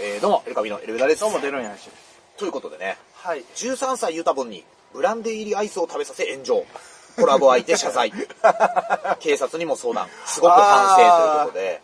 えー、どうも、エルカビのエルベダです。どうも、出るんやし。ということでね、はい。 13歳ユタボンにブランデー入りアイスを食べさせ炎上。コラボ相手謝 罪。警察にも相談。すごく反省ということで、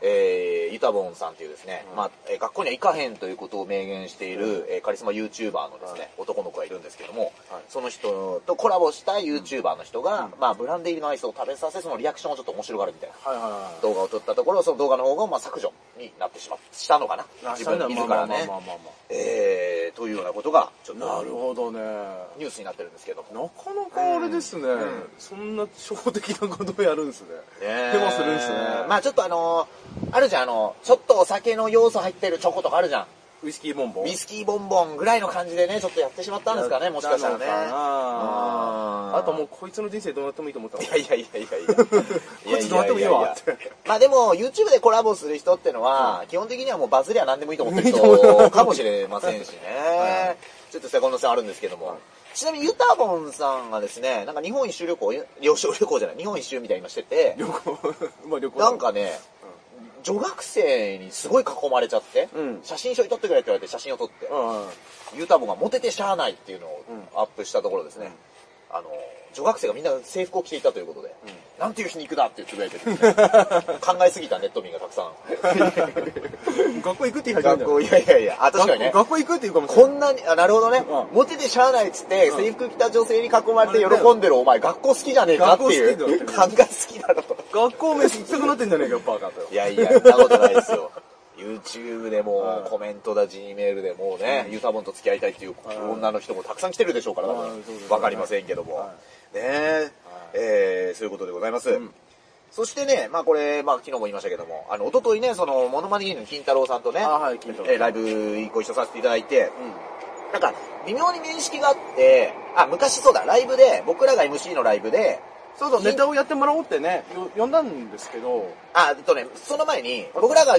えー、ユタボンさんというですね、まあ、えー学校には行かへんということを明言している、えーカリスマ YouTuber のですね、男の子がいるんですけども、はいその人とコラボした YouTuber の人が、まあ、ブランデー入りのアイスを食べさせ、そのリアクションをちょっと面白がるみたいな。はいはいはい。動画を撮ったところ、その動画の方がまあ削除になってしまっしたのかな。あ自分自らねまあまあまあまあまあえー、というようなことが、ちょっまあなとるほどね。ニュースになってるんですけども。なかなかあれですね。うんそんな初歩的なことをやるんですね。ね手間するんですね。まあちょっとあのーあるじゃん、あの、ちょっとお酒の要素入ってるチョコとかあるじゃん。ウイスキーボンボン。ウイスキーボンボンぐらいの感じでね、ちょっとやってしまったんですかね、もしかしたらね。なのかなうんあともうこいつの人生どうなってもいいと思ったもんいやいやいやいやいや。こいつどうやってもいいわってややいやまあでも、YouTube でコラボする人ってのは、基本的にはもうバズりゃ何でもいいと思ってるいいと思人うかもしれませんしね。ちょっとセコンド性あるんですけども。ちなみに、ユタボンさんがですね、なんか日本一周旅行、旅行旅行じゃない、日本一周みたいに今してて、旅行、 まあ旅行。なんかね、女学生にすごい囲まれちゃって、うん写真一緒に撮ってくれって言われて写真を撮って、うん。うん。ユタボがモテてしゃあないっていうのをうんアップしたところですね、あの女学生がみんな制服を着ていたということで、なんていう皮肉だってつぶやいてるんですね、 考えすぎたネット民がたくさん学校行くって言い始めた学校いやいやいやあ確かにね学校行くって言うかもしれこんなにあなるほどね、うんモテてしゃあないっつって、制服着た女性に囲まれてうん喜んでるお前学校好きじゃねえかっていう学校好 きだ考えすぎだろと学校飯行きたくなってんじゃねえか、バカと。いやいや、そんなことないです よ。YouTube でもは、いコメントだ、G メールでもうね、ユタボンと付き合いたいっていう女の人もたくさん来てるでしょうから、多はい分そうですねわかりませんけどもは。ねえ、えーそういうことでございます。んそしてね、まあこれ、まあ昨日も言いましたけども、あの、一昨日ね、その、モノマネ芸人の金太郎さんとね、あはい金太郎さんえーライブご一緒させていただいて、うん。なんか、微妙に面識があって、あ、昔そうだ、ライブで、僕らが MC のライブで、そうそう、ネタをやってもらおうってね、よ呼んだんですけど、あ、えっとね、その前に、僕らが、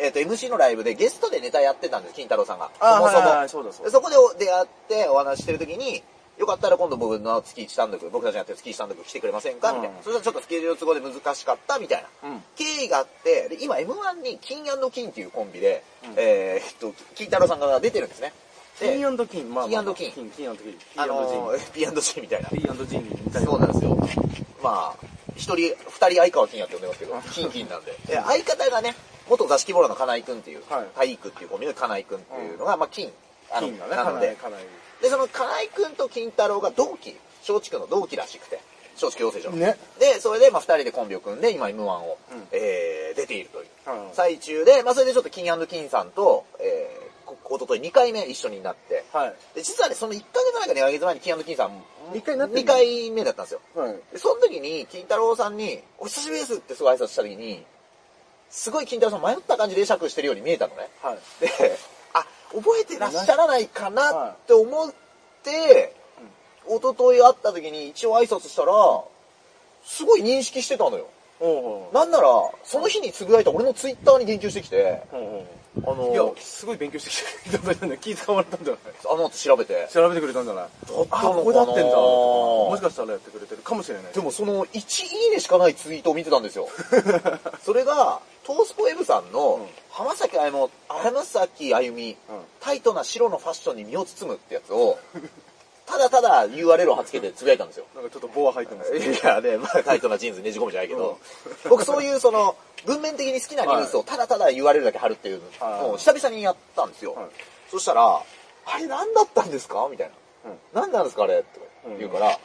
えっと、MC のライブでゲストでネタやってたんです、金太郎さんが。あそもそも。はいはいはいそうだそうだそこでお出会ってお話ししてる時に、よかったら今度僕の月一単独、僕たちがやってる月一単独来てくれませんかみたいな。うんそしたらちょっとスケジュール都合で難しかったみたいな。うん経緯があって、で今 M1 に金金っていうコンビで、えーっと、金太郎さんが出てるんですね。で金金、まあまあまあ、金金、金金、金、あのー、P&G みたいな。 P&G に似たよそうなんですよ。まあ、一人、二人相川金也って呼んでますけど、金金なん で。で相方がね、元座敷ボラの金井くんっていう、はい体育っていうコンビの金井くんっていうのが、まあ金、あの金がね、なかのなり、で。かなり。で、その金井くんと金太郎が同期、松竹の同期らしくて、松竹養成所。ねで、それで、まあ二人でコンビを組んで、今 M1 を、うんえー出ているという。はい最中で、まあそれでちょっと金金さんと、えー、こおととい2回目一緒になって、はい。で、実はね、その1ヶ月前か2ヶ月前に金金さん、一回なってんの2回目だったんですよ。はい。で、その時に、金太郎さんに、お久しぶりですってすごい挨拶した時に、すごい金太郎さん迷った感じで会釈してるように見えたのね。はい。で、あ、覚えてらっしゃらないかなって思って、一昨日会った時に一応挨拶したら、すごい認識してたのよ。おおなんなら、その日につぶやいた俺のツイッターに言及してきて、おおあいやの、、すごい勉強してきていただいたんだよ。気使われたんじゃないあの後調べて、調べてくれたんじゃないどうあ、どうここだってんだ。ももしかしたらやってくれてるかもしれない。でもその1いいねしかないツイートを見てたん ですよ。それが、トースポエブさんうのん、浜崎あゆも、浜崎あゆみ、うんタイトな白のファッションに身を包むってやつを、ただただ URL を貼っつけてつぶやいたんですよ。なんかちょっとボア入ってますね。いやね、まあタイトなジーンズねじ込むじゃないけど、僕そういうその、文面的に好きなニュースをただただ URL だけ貼るっていうのを久々にやったんですよはい。そしたら、あれ何だったんですかみたいな。うん何なんですかあれとか言うから、い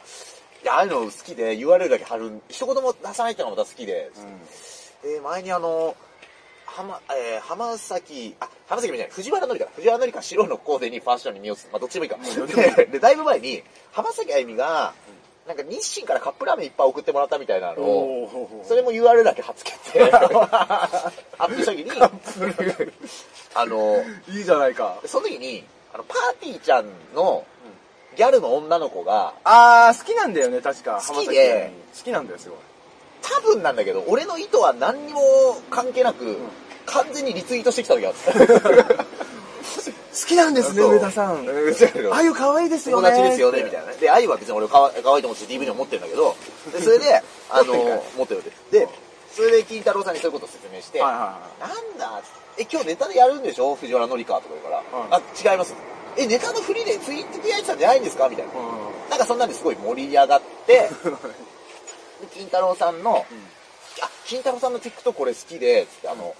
や、ああいうの好きで URL だけ貼る、一言も出さないってのがまた好きで、で、前にあの、浜、えー、浜崎、あ、浜崎みたいな、藤原紀香だ、藤原紀香白のコーデにファッションに身を包む、まあ、どっちでもいいか。うどっちでもいいで で、だいぶ前に、浜崎あゆみが、なんか日清からカップラーメンいっぱい送ってもらったみたいなのを、おそれも URL だけ貼っつけ て、アップした時に、あの、お。いいじゃないか。その時に、あの、パーティーちゃんの、ギャルの女の子が、あー、好きなんだよね、確か。好きで浜崎あゆみ好きなんだよ、すごい。多分なんだけど、俺の意図は何にも関係なく、完全にリツイートしてきた時があった。好きなんでそうあうんゆ可愛いです友達ですよね、みたいなね。で、愛は別に俺かわ可愛いと思って DV にも持ってるんだけど、で、それで、あの持ってんかい、持ってるで。で、それで金太郎さんにそういうことを説明して、はいはなんだっつっえ、今日ネタでやるんでしょ藤原紀香とか言うから、うあ、違います。え、ネタのフリでツイートでやってたんじゃないんですかみたいな。うなんかそんなんですごい盛り上が って、ん。で金太郎さんの、あ、金太郎さんの TikTok これ好きで、つってあの、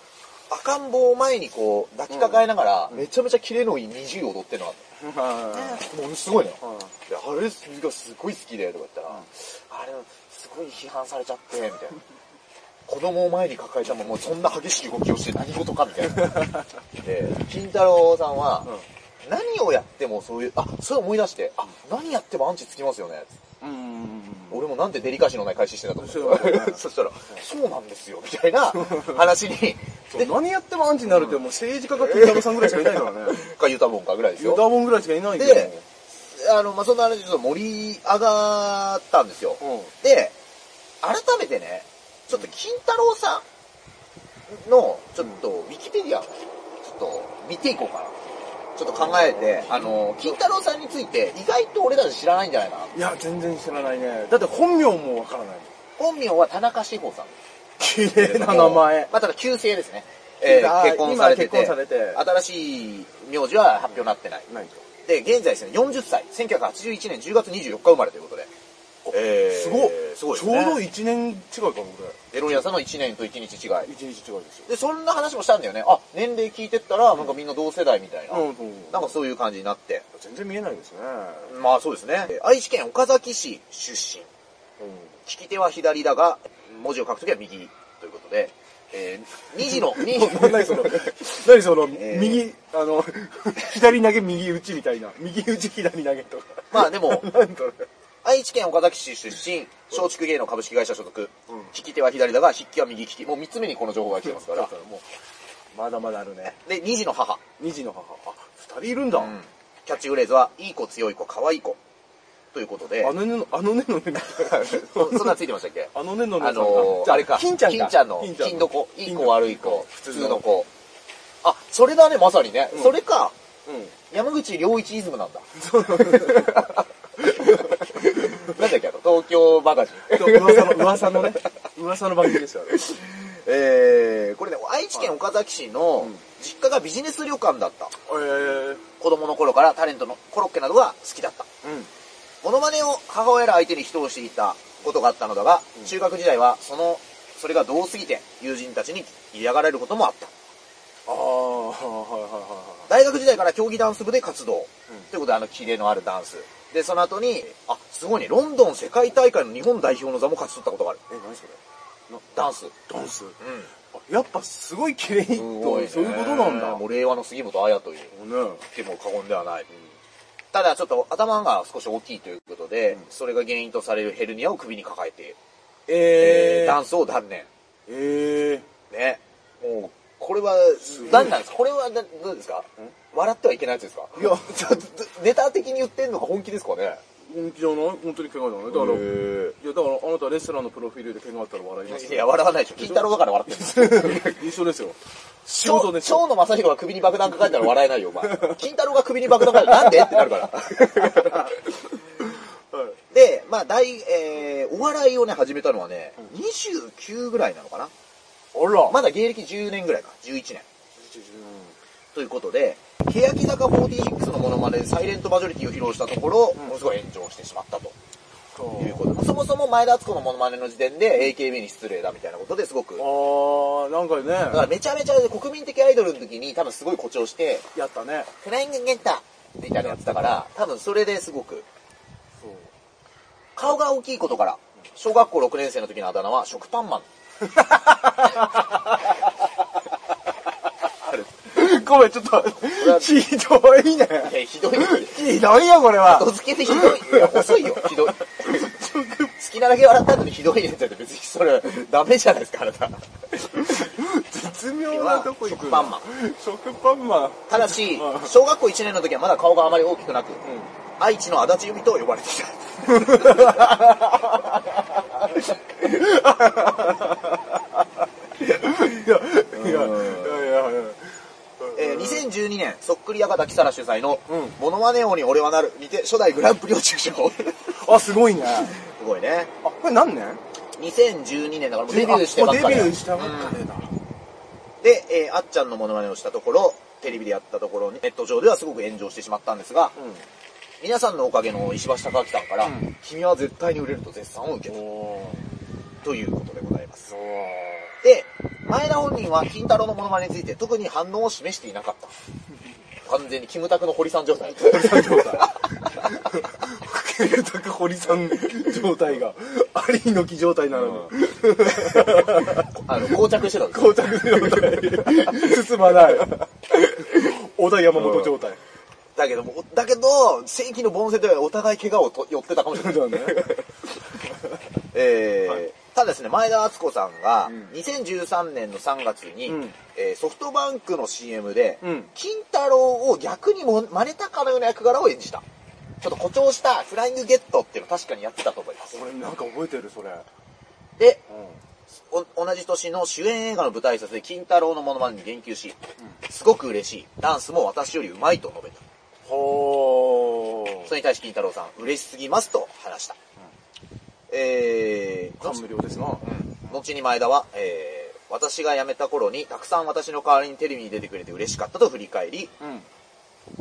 赤ん坊を前にこう抱きかかえながら、めちゃめちゃキレのいい20踊ってるのがあってものすごいのよ。であれがすごい好きで、とか言ったら、あれ、すごい批判されちゃって、みたいな。子供を前に抱えたまま、そんな激しい動きをして何事か、みた いな。で、金太郎さんは、何をやってもそういう、あ、それ思い出して、あ、何やってもアンチつきますよね。うん。俺もなんでデリカシーのない開始してたと思っそうだて。 ねそしたら、そうなんですよ、みたいな話に、 そうで、何やってもアンチになるって、もう政治家が金太郎さんぐらいしかいない からね。かユタボンかぐらいですユよ。ダボンぐらいしかいないけど。であの、まあ、そんな話でちょっと盛り上がったんですよ。うんで、改めてね、ちょっと金太郎さんの、ちょっと、ウィキペディアを、ちょっと、見ていこうかな。ちょっと考えて、あの、金太郎さんについて、意外と俺たち知らないんじゃないかな。いや、全然知らないね。だって本名もわからない。本名は田中志 保さんです綺けれ麗ども。な名前。まあ、ただ、旧姓ですね。旧姓えーあー結婚されてて今結婚されて新しい名字は発表になってない。ないと。で、現在ですね、40歳、1981年10月24日生まれということで。えーすごっすごいですちょねうど1年違いかも、こエロニアさんの1年と1日違れ。い。 1日違いですよ。で、そんな話もしたんだよね。あ、年齢聞いてったら、なんかみんな同世代みたいな。うん、うんなんかそういう感じになって。全然見えないですね。まあそうですね。で愛知県岡崎市出身。利き手は左だが、文字を書くときは右。ということで、えー、2時の、2 うん。 何その、何その、えー右、あの、 左投げ右打ちみたいな。右打ち左投げとか。まあでも、 なん だろう。愛知県岡崎市出身、松竹芸能株式会社所属、うん利き手は左だが、筆記は右利き。もう3つ目にこの情報が来てますかだらか。らもう、まだまだあるね。で、2児の母。 2児の母。あ、2人いるんだ。うんキャッチフレーズは、いい子、強い子、可愛い子。ということで、あのねの、あのねのねみたいそそんな。なんついてましたっけあのねのね あさんかのー、じゃあれか。金ちゃんか。の、金ちゃん金の子。いい金子、悪い子。普普通通のの子。あ、それだね、まさにね。うんそれか、うん。山口良一イズム なんだ。なんだっけ、あの東京バカジン。噂の、噂のね、噂の番組で すよ、あれ。えー、これね、愛知県岡崎市のうん、実家がビジネス旅館だった。えー、子供の頃からタレントのコロッケなどが好きだった。うん。モノマネを母親ら相手に人をしていたことがあったのだが、中学時代はその、それがどうすぎて友人たちに嫌がられることもあった。ああ、はいはいは大学時代から競技ダンス部で活動。うんということで、あの、キレのあるダンス。で、その後に、あ、すごいね、ロンドン世界大会の日本代表の座も勝ち取ったことがある。いはい。え、何それダンス。うん。ダンスあやっぱすごい綺麗すごいと、ねそういうことなんだ。もう令和の杉本彩という。ね。でも過言ではない。ただちょっと頭が少し大きいということで、うんそれが原因とされるヘルニアを首に抱えて、ええーー、ダンス。スを断念。えー、ね。もう、これはごい、何なんですかこれは、などうですか笑ってはいけないやつですかいやちょっと、ネタ的に言ってんのが本気ですかね本気じゃない本当に怪我じゃないだから、いやだからあなたレスラーのプロフィールで怪我あったら笑いますよいや、笑わないでしょ。金太郎だから笑ってるんですよ。 一緒ですよ。仕蝶事野ですよ。正宏が首に爆弾抱えたら笑えないよ、お前。 金太郎が首に爆弾抱えたらなんでってなるから。はいで、まあ、大、えー、お笑いをね、始めたのはね、29ぐらいなのかなあら。まだ芸歴10年ぐらいか、11年。ということで、欅坂46のモノマネでサイレントマジョリティを披露したところ、んものすごい炎上してしまったとうんいうことで、そもそも前田敦子のモノマネの時点で AKB に失礼だみたいなことですごく、だああ、なんかからね、めちゃめちゃ国民的アイドルの時に多分すごい誇張して、やっ たね。フライングゲッターみたいなのやってたから、多分それですごく、そう。顔が大きいことから、小学校6年生の時のあだ名は食パンマン。ごめん、ちょっと、ひどいね。え、ひどい。ひどいよ、これは。後付けでひどい。いや、細いよ。ひどい。好きなだけ笑った後にひどいねって言って別にそれダメじゃないですか、あなた。絶妙なとこ行く食の。パンマン。食パンマン。ただし、小学校1年の時はまだ顔があまり大きくなく、愛知の足立由美と呼ばれていた。いや、いや、いや、いや。えー2012年、そっくりやがだきさら主催の、うんモノマネ王に俺はなるにて初代グランプリを受賞。 すあ、すごいね。ごいね。あ、これ何年2012年だからもうデビューしてばっかりあだもうデビューしたばっかりだ。で、えーあっちゃんのモノマネをしたところ、テレビでやったところ、ネット上ではすごく炎上してしまったんですが、皆さんのおかげの石橋貴明さんから、うん君は絶対に売れると絶賛を受けおたおということでございます。ー で、前田本人は金太郎のモノマネについて特に反応を示していなかった。完全にキムタクの堀さん状態。堀さん状態。ケルタク堀さん状 態が、ありのき状態なのに、 あの、膠着してたんですよ膠着状態、進まない。小田山本状態。だけども、だけど、正規の盆栽ではお互い怪我をと寄ってたかもしれ ない。そうだね。えーはいただですね、前田敦子さんがうん、 2013年の3月に、うんえーソフトバンクの CM で、うん金太郎を逆にも真似たかのような役柄を演じた。ちょっと誇張したフライングゲットっていうのを確かにやってたと思います。俺なんか覚えてる、それ。で、うお同じ年の主演映画の舞台挨拶で金太郎のモノマネに言及し、すごく嬉しい。ダンスも私より上手いと述べた。ん。ほーそ。れに対し金太郎さん、嬉しすぎますと話した。えー、感無量ですな。後に前田は、えー私が辞めた頃にたくさん私の代わりにテレビに出てくれて嬉しかったと振り返り、う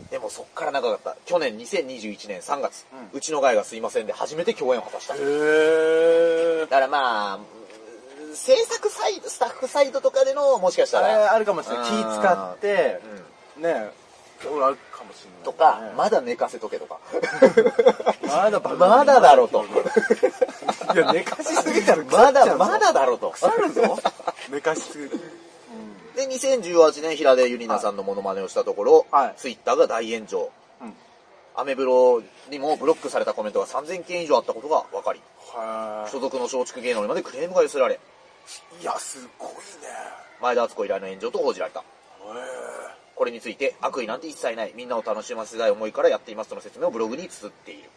ん。でもそっから長かった。去年2021年3月、ううんちの害がすいませんで初めて共演を果たした。だへー。からまあ、うん制作サイド、スタッフサイドとかでの、もしかしたあれら、あるかもしれない。気使って、ねえ、俺あるかもしれない。とか、ねまだ寝かせとけと か、まだバカ まだだろ と。いや、寝かしすぎたら腐まっちゃだ、うぞまだだろと。腐るぞ。寝かしすぎる。で、2018年、平出ゆりなさんのモノマネをしたところ、はいツイッターが大炎上。うん。アメブロにもブロックされたコメントが3000件以上あったことが分かり、は所属の松竹芸能にまでクレームが寄せられ、い。いや、すごいね。前田敦子以来の炎上と報じられた。へこれについて、悪意なんて一切ない、みんなを楽しませたい思いからやっていますとの説明をブログに綴っている。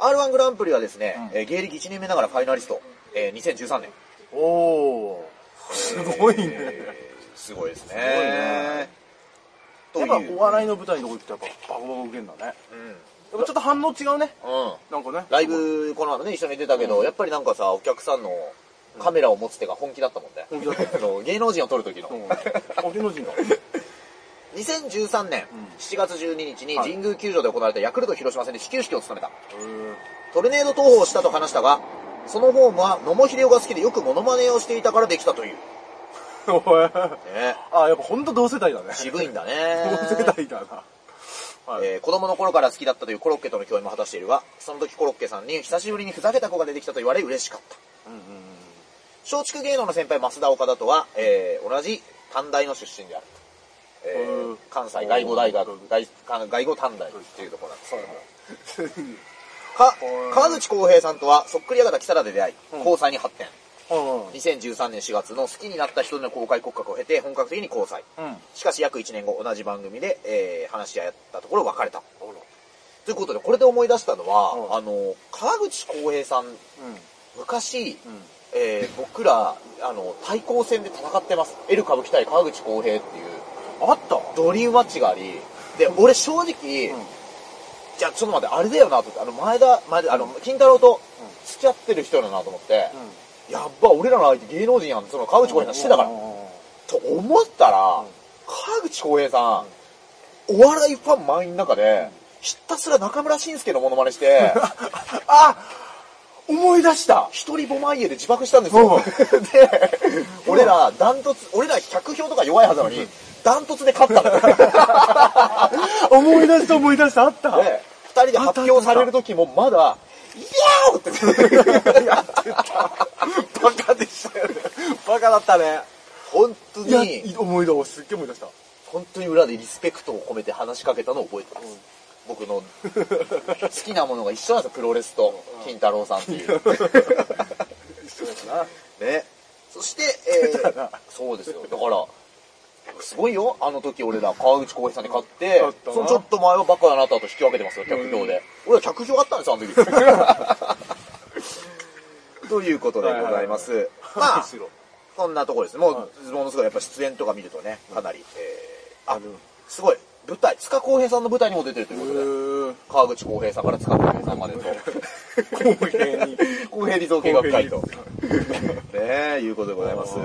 え。うん。 R1 グランプリはですね、うんえー芸歴1年目ながらファイナリスト、えー2013年。おー。すごいね。えーすごいですね。やっとぱいう。お笑いの舞台のとこ行くとやっぱバコバコ受けんだね。やっぱちょっと反応違うね。うん。うん。なんかね。ライブ、この前ね、一緒に出たけど、やっぱりなんかさ、お客さんのカメラを持つ手が本気だったもんね。本気だっ たあの芸能人を撮る時の。うん。あ、芸能人だ。 2013年ん7月12日にはい神宮球場で行われたヤクルト広島戦で始球式を務めた。へトルネード投法をしたと話したが、そのフォームは野茂英雄が好きでよくモノマネをしていたからできたという。ねえ。おい。 あ、やっぱほんと同世代だね。渋いんだね。同世代だな。はい。えー子供の頃から好きだったというコロッケとの共演も果たしているが、その時コロッケさんに久しぶりにふざけた子が出てきたと言われ嬉しかった。うんうん松竹芸能の先輩増田岡田とは、えー同じ短大の出身である、えーうん関西外語大学うん外関外語短大っていうところなんですけどもうん。かうん川口浩平さんとはそっくりやがた木更で出会いうん交際に発展うん。 2013年4月の好きになった人の公開告白を経て本格的に交際うん。しかし約1年後同じ番組で、えー話し合ったところ別れたあら。ということでこれで思い出したのは、うんあの川口浩平さんう昔、ん。うん。えー僕らあの対抗戦で戦ってますエル歌舞伎対川口浩平っていうあったドリームマッチがありで俺正直、うんじゃあちょっと待ってあれだよなと思ってあの前田前田あの金太郎とうん付き合ってる人だなと思って、やっぱ俺らの相手芸能人やんその川口浩平さんしてたから、と思ったら、ん川口浩平さん、お笑いファン満員の中で、ひたすら中村慎介のモノマネして、 あ思い出した一人ボマイエで自爆したんですよ。 で、俺らダントツ、俺ら100票とか弱いはずなのに、ダントツで勝ったの。 思い出した思い出したあったで、二人で発表される時もまだ、イヤーって。 バカでしたよね。バカだったね。本当いや、に、思い出すっげえ思い出した。本当に裏でリスペクトを込めて話しかけたのを覚えてます。僕の 好きなものが一緒なんですよ、プロレスと金太郎さんっていう。一緒だな。 ね。そして、え たーな、そうですよ。だから、すごいよ。あの時俺ら川口浩平さんに勝って勝っ、たなそのちょっと前はバカだなと引き分けてますよ、客票で。俺ら客票あったんですよ、あ の時。ということでござい ます。まあむ、しろそんなところです。もはう、ものすごいやっぱ出演とか見るとね、かなり、えーああの、すごい。舞台、塚浩平さんの舞台にも出てるということで、川口浩平さんから塚浩平さんまでと、公平に。浩平理造計画会と。公平にねえ、いうことでございますあ。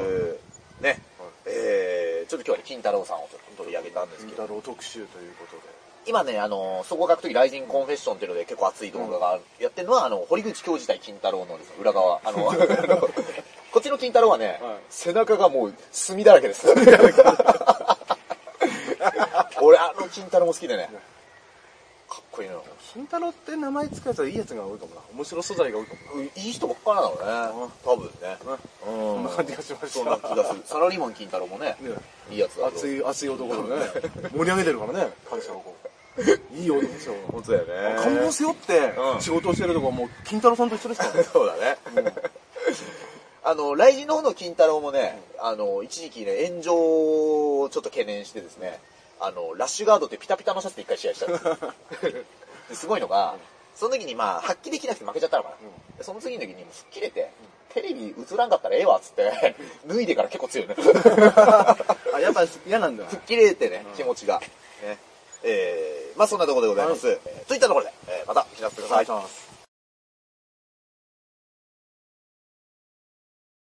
ね、えーちょっと今日はね金太郎さんをちょっと取り上げたんですけ金ど、太郎特集ということで。今ね、あの、総合格闘技ライジンコンフェッションっていうので結構熱い動画がやってるのは、あの、堀口教授対金太郎のですね裏側。 あの、あのこっちの金太郎はね、はい背中がもう墨だらけ です。俺、あの金太郎も好きでね、かっこいいのよ。金太郎って名前使うやつはいいやつが多いかもな。面白素材が多いかもいい人ばっかりなのね、多分ね。な。そそんな感じがしましたそんな気がする。サラリーマン金太郎もね、ねいいやつだと熱い、熱い男だね。盛り上げてるからね、会社をこう。いい男ですよ。本当だよね。看護背負ってうん仕事をしてるとこもう金太郎さんと一緒ですからね。 そうだね。あの、雷神の方の金太郎もね、あの、一時期ね、炎上をちょっと懸念してですね、あの、ラッシュガードってピタピタのシャツで一回試合したん ですよですごいのが、その時にまあ、発揮できなくて負けちゃったのかな。でその次の時にもう吹っ切れて、テレビ映らんかったらええわっつって、脱いでから結構強いね。 あ、やっぱ嫌なんだ。吹っ切れてね、気持ちが。ね。えー、まあそんなところでございます。えーといったところで、えーまた、お知らせください。お願いします